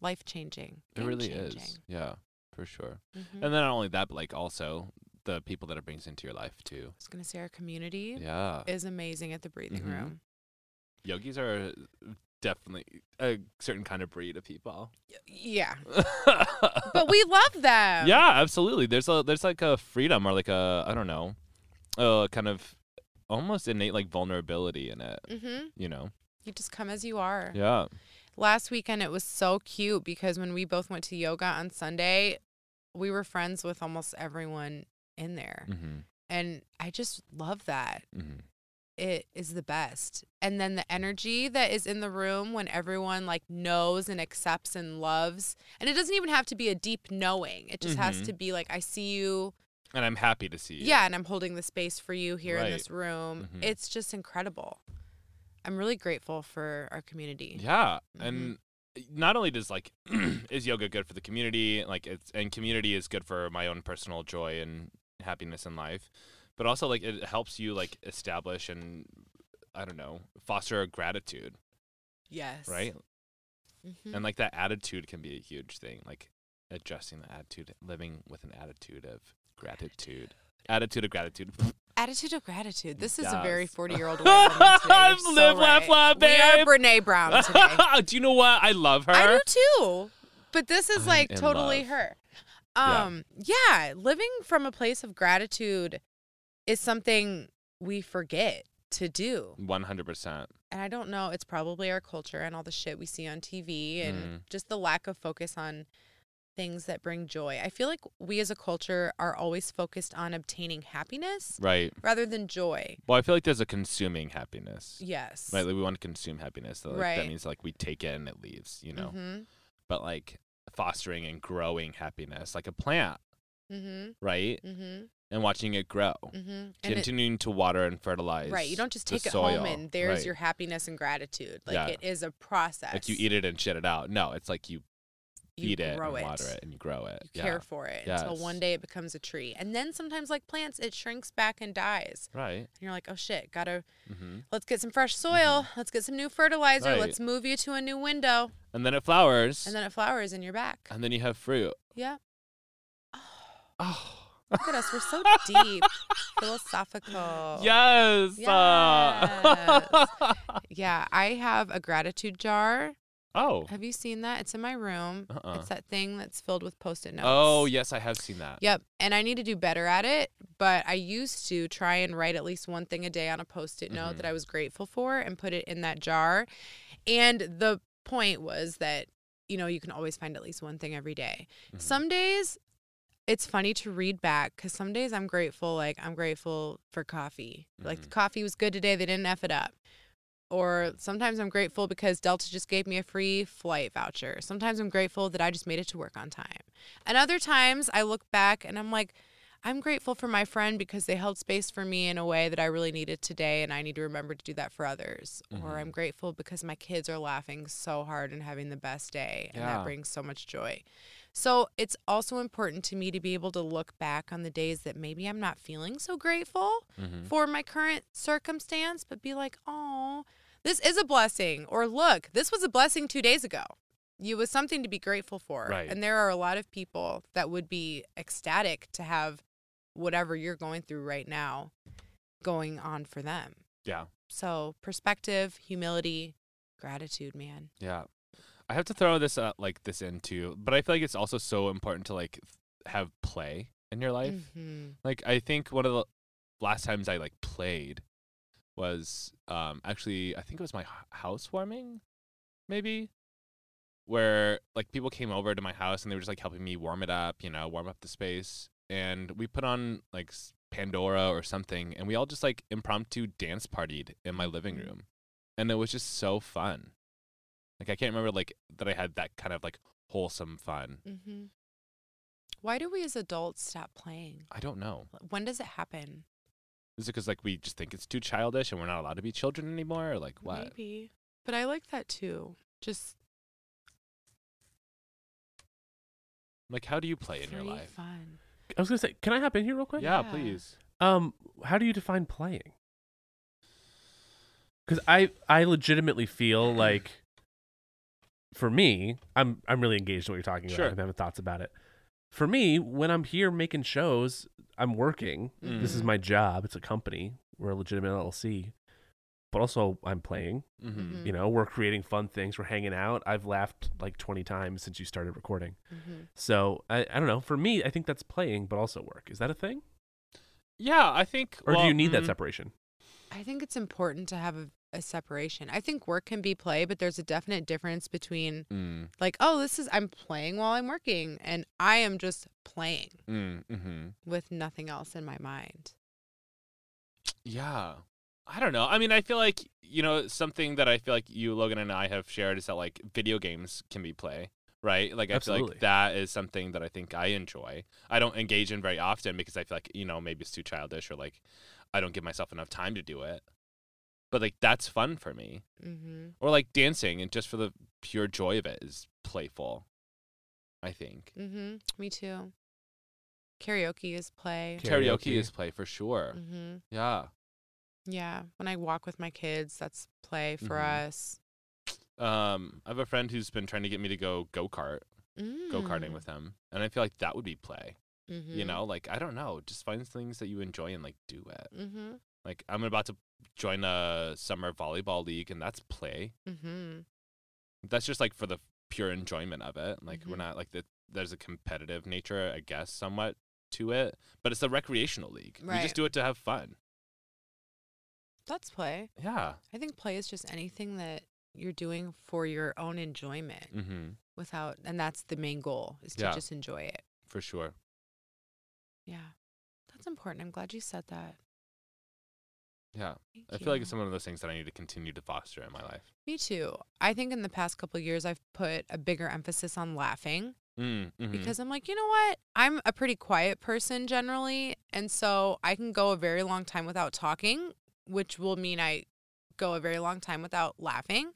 Life changing. It really is. Yeah, for sure. hmm And then not only that, but like also the people that it brings into your life too. I was gonna say our community Yeah. is amazing at the breathing Mhm. room. Yogis are definitely a certain kind of breed of people. Y- Yeah, but but we love them. Yeah, absolutely. There's a there's like a freedom or like a I don't know, a kind of almost innate like vulnerability in it, Mm-hmm. you know. You just come as you are. Yeah. last weekend it was so cute because when we both went to yoga on Sunday, we were friends with almost everyone in there. Mhm. And I just love that. Mhm. It is the best. And then the energy that is in the room when everyone like knows and accepts and loves. And it doesn't even have to be a deep knowing. It just has Mhm. to be like I see you. And I'm happy to see you. Yeah, and I'm holding the space for you here Right. in this room. Mhm. It's just incredible. I'm really grateful for our community. Yeah, Mhm. and eh, not only does like is yoga good for the community, like it's and community is good for my own personal joy and happiness in life, but also like it helps you like establish and I don't know foster a gratitude, Yes. right? Mhm. And like that attitude can be a huge thing, like adjusting the attitude, living with an attitude of gratitude. Attitude of gratitude. Attitude of gratitude. This is a very Yes. 40 year old white woman today. You're I'm live, so laugh, right. love, We are babe. Brene Brown today. Do you know what? I love her. I do too. But this is I'm like in totally love. her. Yeah. Um, yeah. living from a place of gratitude is something we forget to do. One hundred percent. And I don't know, Mm. it's probably our culture and all the shit we see on TV and just the lack of focus on things that bring joy. I feel like we as a culture are always focused on obtaining happiness Right. rather than joy. Well, I feel like there's a consuming happiness. Yes. Right. Like we want to consume happiness. So like, Right. That means like we take it and it leaves, you know. Mhm. But like fostering and growing happiness, like a plant, Mhm. right? Mhm. And watching it grow, Mhm. And it, continuing to water and fertilize. right, you don't just the take it soil, home and there's right. your happiness and gratitude. Like Yeah. it is a process. Like you eat it and shit it out. No, it's like you, You eat it grow and it. water it and you grow it. You yeah. care for it until Yes. one day it becomes a tree. And then sometimes like plants it shrinks back and dies. Right. And you're like, "Oh shit, got to Mm-hmm. let's get some fresh soil. Let's get some new fertilizer. Right. Let's move you to a new window." And then it flowers. And then it flowers and you're back. and then you have fruit. yeah. Oh. Look at us. We're so deep, philosophical. Yes. uh, Yeah, I have a gratitude jar. oh. Have you seen that? It's in my room. Uh-uh. It's that thing that's filled with post-it notes. Oh, yes, I have seen that. Yep. And I need to do better at it, but I used to try and write at least one thing a day on a post it note that I was grateful for and put it in that jar. And the point was that, you know, you can always find at least one thing every day. Mhm. Some days it's funny to read back because some days I'm grateful, like, I'm grateful for coffee. Like, the coffee was good today, they didn't F it up. Or sometimes I'm grateful because Delta just gave me a free flight voucher. Sometimes I'm grateful that I just made it to work on time. And other times I look back and I'm like, I'm grateful for my friend because they held space for me in a way that I really needed today, and I need to remember to do that for others. Or I'm grateful because my kids are laughing so hard and having the best day, and Yeah. that brings so much joy. So it's also important to me to be able to look back on the days that maybe I'm not feeling so grateful Mhm. for my current circumstance, but be like, oh, this is a blessing. Or look, this was a blessing two days ago. You was something to be grateful for. Right. And there are a lot of people that would be ecstatic to have whatever you're going through right now going on for them. Yeah. So perspective, humility, gratitude, man. Yeah. I have to throw this uh, like this in too, but I feel like it's also so important to like th- have play in your life. Mhm. Like I think one of the last times I like played was um actually I think it was my h- housewarming maybe where like people came over to my house and they were just like helping me warm it up, you know, warm up the space and we put on like s- Pandora or something and we all just like impromptu dance partied in my living room. And it was just so fun. Like I can't remember like that I had that kind of like wholesome fun. Mhm. Why do we as adults stop playing? I don't know. When does it happen? Is it because like we just think it's too childish and we're not allowed to be children anymore, or like what? Maybe. But I like that too. Just Like how do you play in your free life? fun. I was gonna say, can I hop in here real quick? Yeah, Yeah. please. Um, how do you define playing? Because I I legitimately feel like, for me, I'm I'm really engaged in what you're talking Sure. about. I'm having thoughts about it. For me, when I'm here making shows, I'm working. This Mm. is my job. It's a company. We're a legitimate LLC, but also I'm playing. Mm-hmm. You know, we're creating fun things. We're hanging out. I've laughed like 20 times since you started recording. Mm. So I, I don't know. For me, I think that's playing, but also work. Is that a thing, Yeah, I think. or do well, you need that mm, separation? I think it's important to have a, a separation. I think work can be play, but there's a definite difference between Mm, like, oh, this is I'm playing while I'm working and I am just playing mm, hmm with nothing else in my mind. Yeah, I don't know. I mean, I feel like you know something that I feel like you, Logan, and I have shared is that like video games can be play, right? Like I feel Absolutely. like that is something that I think I enjoy. I don't engage in very often because I feel like you know maybe it's too childish or like I don't give myself enough time to do it. But like that's fun for me. Mm-hmm. or like dancing and just for the pure joy of it is playful i think Mm-hmm. Me too. Karaoke is play. karaoke, Karaoke. is play for sure Mm-hmm. yeah Yeah. When I walk with my kids, that's play for Mhm. us. um i have a friend who's been trying to get me to go go-kart Hmm. go-karting with him and i feel like that would be play mm-hmm. you know like i don't know just find things that you enjoy and like do it Mm-hmm. like i'm about to join a summer volleyball league and that's play Mm-hmm. that's just like for the pure enjoyment of it like we're Mhm. not like the, there's a competitive nature i guess somewhat to it but it's a recreational league we Right. just do it to have fun That's play. Yeah. I think play is just anything that you're doing for your own enjoyment Mm-hmm. without and that's the main goal is to Yeah. just enjoy it. For sure. Yeah. That's important. I'm glad you said that. Yeah. Thank I feel like you. it's one of those things that I need to continue to foster in my life. Me too. I think in the past couple of years, I've put a bigger emphasis on laughing Mm, mhm. because I'm like, you know what? I'm a pretty quiet person generally. And so I can go a very long time without talking, which will mean I go a very long time without laughing.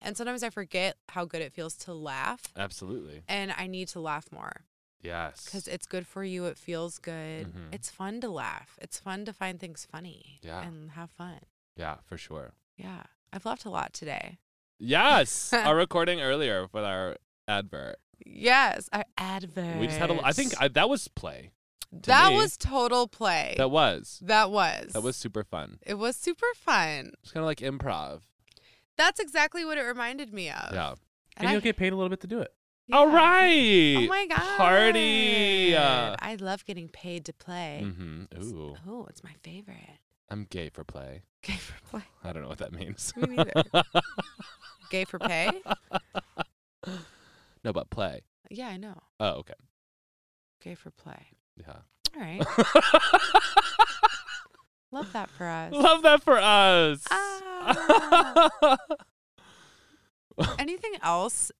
And sometimes I forget how good it feels to laugh. Absolutely. And I need to laugh more Yes. because it's good for you. It feels good. Mhm. It's fun to laugh. It's fun to find things funny Yeah. and have fun. yeah, for sure. Yeah. I've laughed a lot today. Yes. our recording earlier with our advert. Yes, our adverts. We just had a I think I, that was play. to that me- was total play. That was. that was. That was super fun. It was super fun. It's kind of like improv. That's exactly what it reminded me of. Yeah. And, I- you'll get paid a little bit to do it. yeah. All right. Oh my god. Party. Uh, I love getting paid to play. hmm Ooh. Oh, it's my favorite. I'm gay for play. Gay for play. I don't know what that means. Me neither. Gay for pay? no, but play. Yeah, I know. Oh, okay. Gay for play. Yeah. All right. Love that for us. Love that for us. Ah. Anything else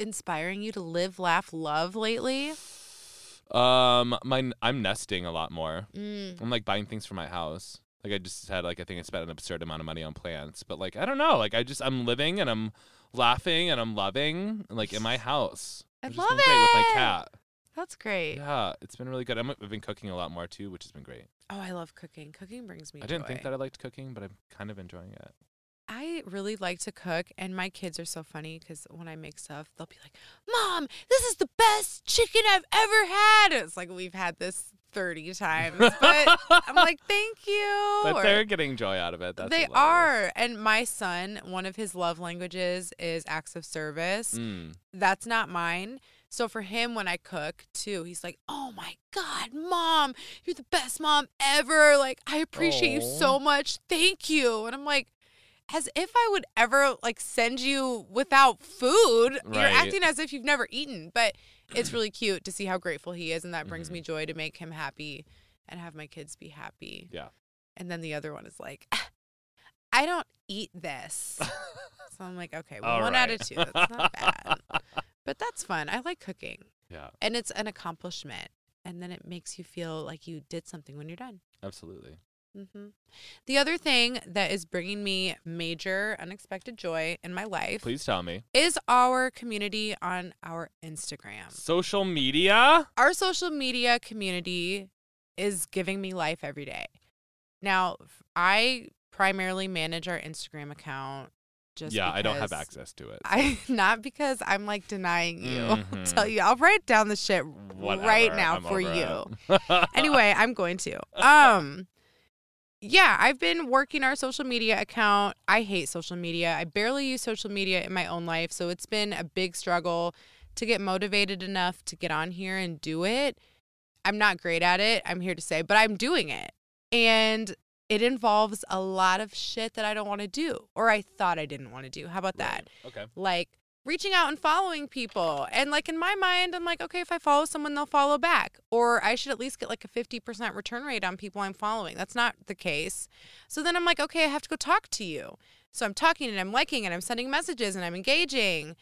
inspiring you to live, laugh, love lately? um, my I'm nesting a lot more. Mm. I'm like buying things for my house. Like I just had like I think I spent an absurd amount of money on plants, but like I don't know. Like I just I'm living and I'm laughing and I'm loving like in my house. I which has love been Great with my it. cat. That's great. Yeah, it's been really good. I'm, I've been cooking a lot more too, which has been great. Oh, I love cooking. Cooking brings me I didn't think joy. that I liked cooking, but I'm kind of enjoying it. I really like to cook, and my kids are so funny because when I make stuff, they'll be like, Mom, this is the best chicken I've ever had. It's like we've had this 30 times, but I'm like, Thank you. But or- they're getting joy out of it. That's they what matters. are. And my son, one of his love languages is acts of service. Mm. That's not mine. So for him, when I cook too, he's like, "Oh my God, mom, you're the best mom ever! Like, I appreciate you so much. Thank you." And I'm like, as if I would ever like send you without food. You're Right. acting as if you've never eaten. But it's really cute to see how grateful he is, and that brings me joy to make him happy and have my kids be happy. Yeah. And then the other one is like, "Ah, I don't eat this. so I'm like, okay, well, All one out of right. two. That's not bad. but that's fun. I like cooking Yeah, and it's an accomplishment. And then it makes you feel like you did something when you're done. absolutely. hmm The other thing that is bringing me major unexpected joy in my life Please tell me. is our community on our Instagram. Social media? our social media community is giving me life every day. Now, f- I primarily manage our Instagram account just yeah, I don't have because- access to it. I not because I'm like denying you. Mhm. Tell you, I'll write down the shit right Whatever, now I'm for over you. it. anyway, I'm going to. Um yeah, I've been working our social media account. I hate social media. I barely use social media in my own life, so it's been a big struggle to get motivated enough to get on here and do it. I'm not great at it, I'm here to say, but I'm doing it. And it involves a lot of shit that I don't want to do or I thought I didn't want to do. How about that? okay. like reaching out and following people. And like in my mind, I'm like, okay, if I follow someone, they'll follow back. Or I should at least get like a 50% return rate on people I'm following. That's not the case. So then I'm like, okay, I have to go talk to you. So I'm talking and I'm liking and I'm sending messages and I'm engaging.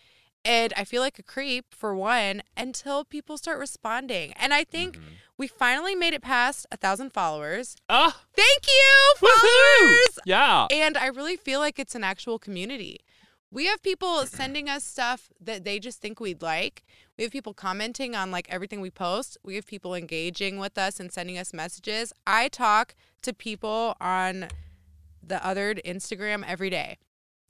And I feel like a creep for one until people start responding. And I think we finally made it past a thousand followers. Ah, Thank you, woohoo! followers! Yeah. And I really feel like it's an actual community. We have people Mm-hmm. sending us stuff that they just think we'd like. We have people commenting on like everything we post. We have people engaging with us and sending us messages. I talk to people on the other Instagram every day.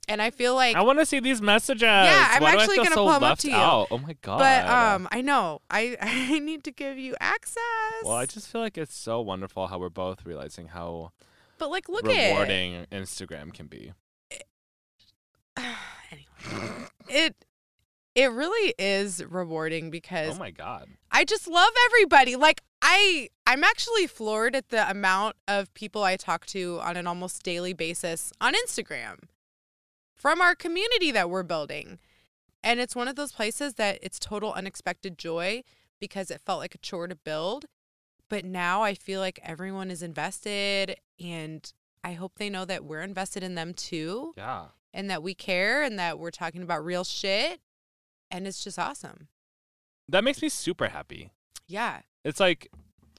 And I feel like I want to see these messages. Yeah, I'm Why do I actually feel gonna so pull 'em up left to you. out? Oh, oh my god. but um I know. I I need to give you access. well, I just feel like it's so wonderful how we're both realizing how But like look at it. rewarding Instagram can be. anyway. It it really is rewarding because Oh my god. I just love everybody. Like I I'm actually floored at the amount of people I talk to on an almost daily basis on Instagram. from our community that we're building. And it's one of those places that it's total unexpected joy because it felt like a chore to build. But now I feel like everyone is invested and I hope they know that we're invested in them too Yeah. and that we care and that we're talking about real shit. And it's just awesome. That makes me super happy. Yeah. It's like,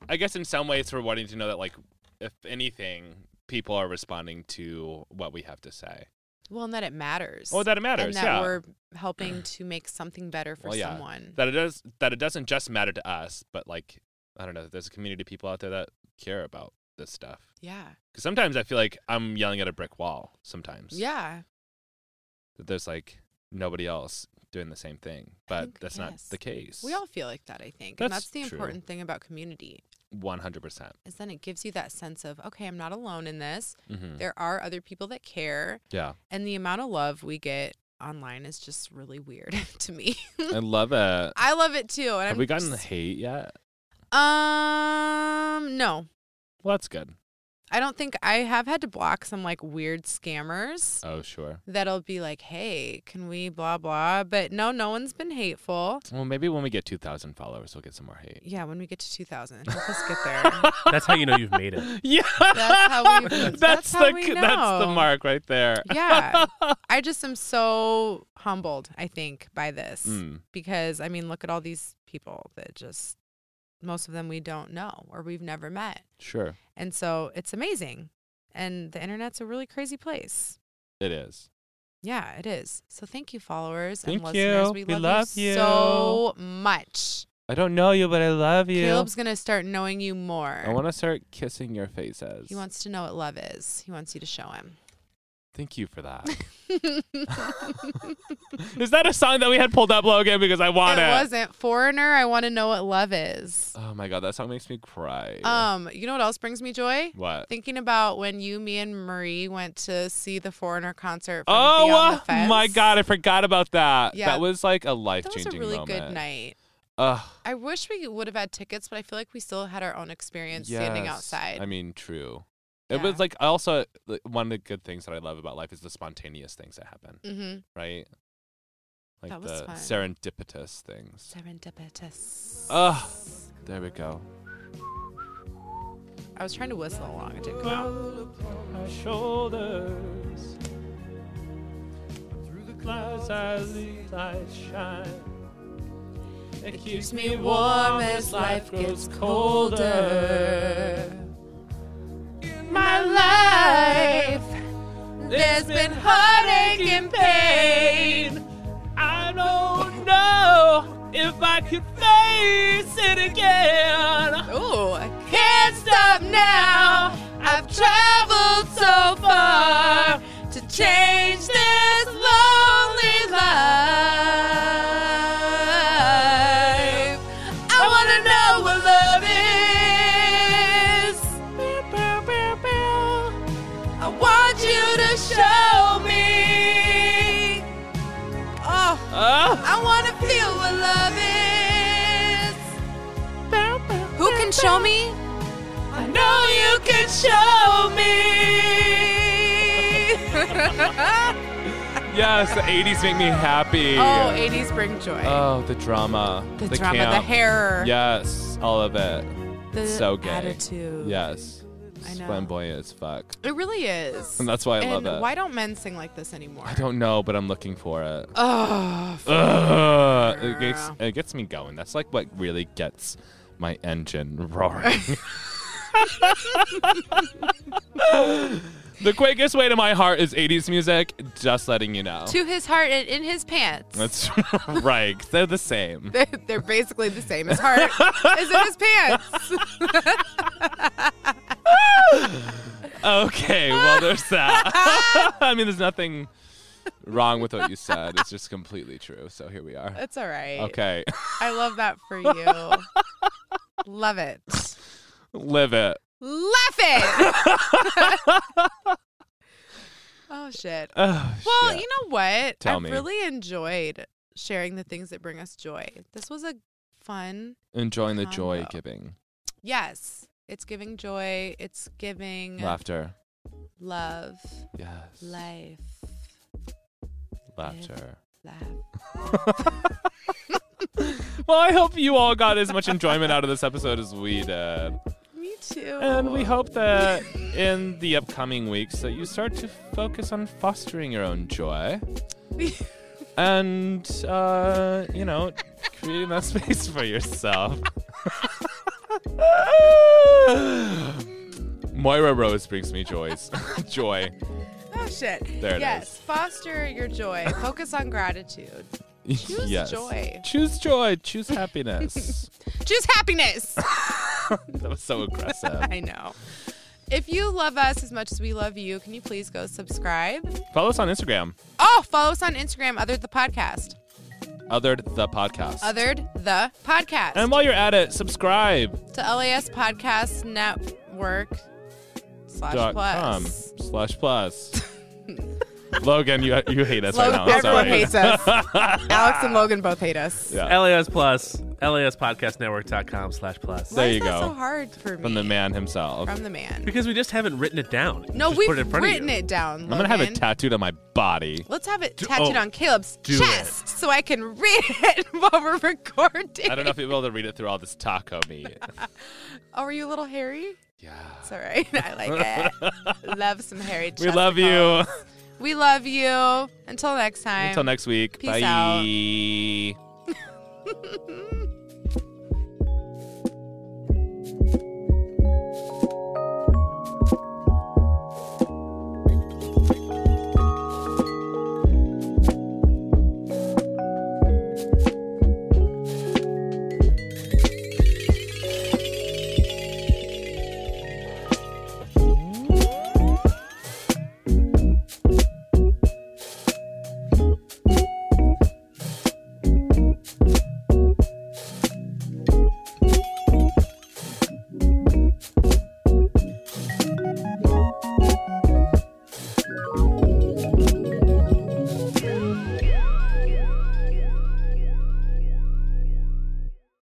I guess in some ways we're wanting to know that, like, if anything, people are responding to what we have to say. Well, and that it matters. Oh, that it matters. And that yeah. we're helping to make something better for Well, yeah. someone. that it does. That it doesn't just matter to us, but like, I don't know. There's a community of people out there that care about this stuff. yeah. Because sometimes I feel like I'm yelling at a brick wall. Sometimes. Yeah. That there's like nobody else doing the same thing, but think- that's not yes. the case. We all feel like that, I think. and That's that's the true. important thing about community One hundred percent. is then it gives you that sense of, okay, I'm not alone in this. Hmm. There are other people that care. Mm-hmm. Yeah. And the amount of love we get online is just really weird to me. I love it. I love it too. And Have I'm we gotten just- hate yet? Um no. Well, that's good. I don't think I have had to block some like weird scammers Oh, sure. that'll be like, hey, can we blah blah? But no, no one's been hateful. Well, maybe when we get 2,000 followers, we'll get some more hate. Yeah, when we get to 2000, help us get there. That's how you know you've made it. Yeah. That's how we- that's that's how the we c- that's the know. mark right there. yeah. I just am so humbled, I think, by this Mm. because I mean, look at all these people that just most of them we don't know or we've never met. Sure. And so it's amazing. And the internet's a really crazy place. It is. Yeah, it is. So thank you, followers Thank and listeners. you. We, We love, love you, you. so much. I don't know you, but I love you. Caleb's gonna start knowing you more. I want to start kissing your faces. he wants to know what love is. He wants you to show him. Thank you for that. is that a song that we had pulled up, Logan? Because I want it. it wasn't foreigner. I want to know what love is. Oh my god, that song makes me cry. Um, you know what else brings me joy? what? Thinking about when you, me, and Marie went to see the Foreigner concert. From Beyond Oh the uh, Fence. my god, I forgot about that. Yeah. that was like a life that was changing a really moment. good night. Ugh, I wish we would have had tickets, but I feel like we still had our own experience standing yes. outside. I mean, true. It Yeah. was like I also like, one of the good things that I love about life is the spontaneous things that happen, mm-hmm. right? Like That was the fun. serendipitous things. Serendipitous. Ugh, there we go. I was trying to whistle along. It didn't come out. My shoulders through the clouds I light shine. It keeps me warm as life gets colder. my life. There's been heartache and pain. I don't know if I could face it again. Ooh, can't stop now. I've traveled so far to change this lonely life. I want to know what love is. I want you to show me. Oh. Ah, I want to feel what love is. Who can show me? I know you can show me. yes, the 80s make me happy. oh, 80s bring joy. Oh, the drama. the, drama, camp. the hair, Yes, all of it. the so gay. attitude. Yes. I know. Flamboyant as fuck. It really is. And that's why I and love it. Why don't men sing like this anymore? I don't know, but I'm looking for it. Oh, Ugh, it, gets, Girl. it gets me going. That's like what really gets my engine roaring. the quickest way to my heart is 80s music, just letting you know. to his heart and in his pants. That's right. They're the same. They're- They're basically the same. His heart is in his pants. Okay, well, there's that. I mean, there's nothing wrong with what you said. It's just completely true. So here we are. That's all right. Okay, I love that for you. love it. live it. Laugh it. oh shit. Oh, Well, shit. you know what? Tell I me. really enjoyed sharing the things that bring us joy. This was a fun. enjoying the joy combo. giving, Yes. It's giving joy. It's giving laughter. love, Yes. life. Laughter. Laugh. Well, I hope you all got as much enjoyment out of this episode as we did. Me too. And we hope that in the upcoming weeks that you start to focus on fostering your own joy. and uh, you know, creating that space for yourself. Moira Rose brings me joys. joy. Oh shit. There it yes. is. Foster your joy. Focus on gratitude. Choose yes. joy. Choose joy. Choose happiness. Choose happiness. that was so aggressive. I know. If you love us as much as we love you, can you please go subscribe? Follow us on Instagram. Oh, follow us on Instagram, Othered the Podcast. Othered the podcast. Othered the Podcast. and while you're at it, subscribe. to LAS Podcast Network slash dot com plus. slash plus. Logan, you you hate us right now. Logan, I'm everyone sorry. hates us. Alex and Logan both hate us. Yeah. LAS Plus, LASPodcastNetwork.com slash plus. There Why you is that go. so hard for me? From the man himself. From the man. Because we just haven't written it down. No, Just we've put it in front written of you. it down. I'm gonna have it Logan. tattooed on my body. Let's have it tattooed oh, on Caleb's do chest so I can read it while we're recording. I don't know if you'll be able to read it through all this taco meat. Oh, are you a little hairy? Yeah. It's all right. I like it. love some hairy chest. We love you. We love you. Until next time. Until next week. Peace Bye. out.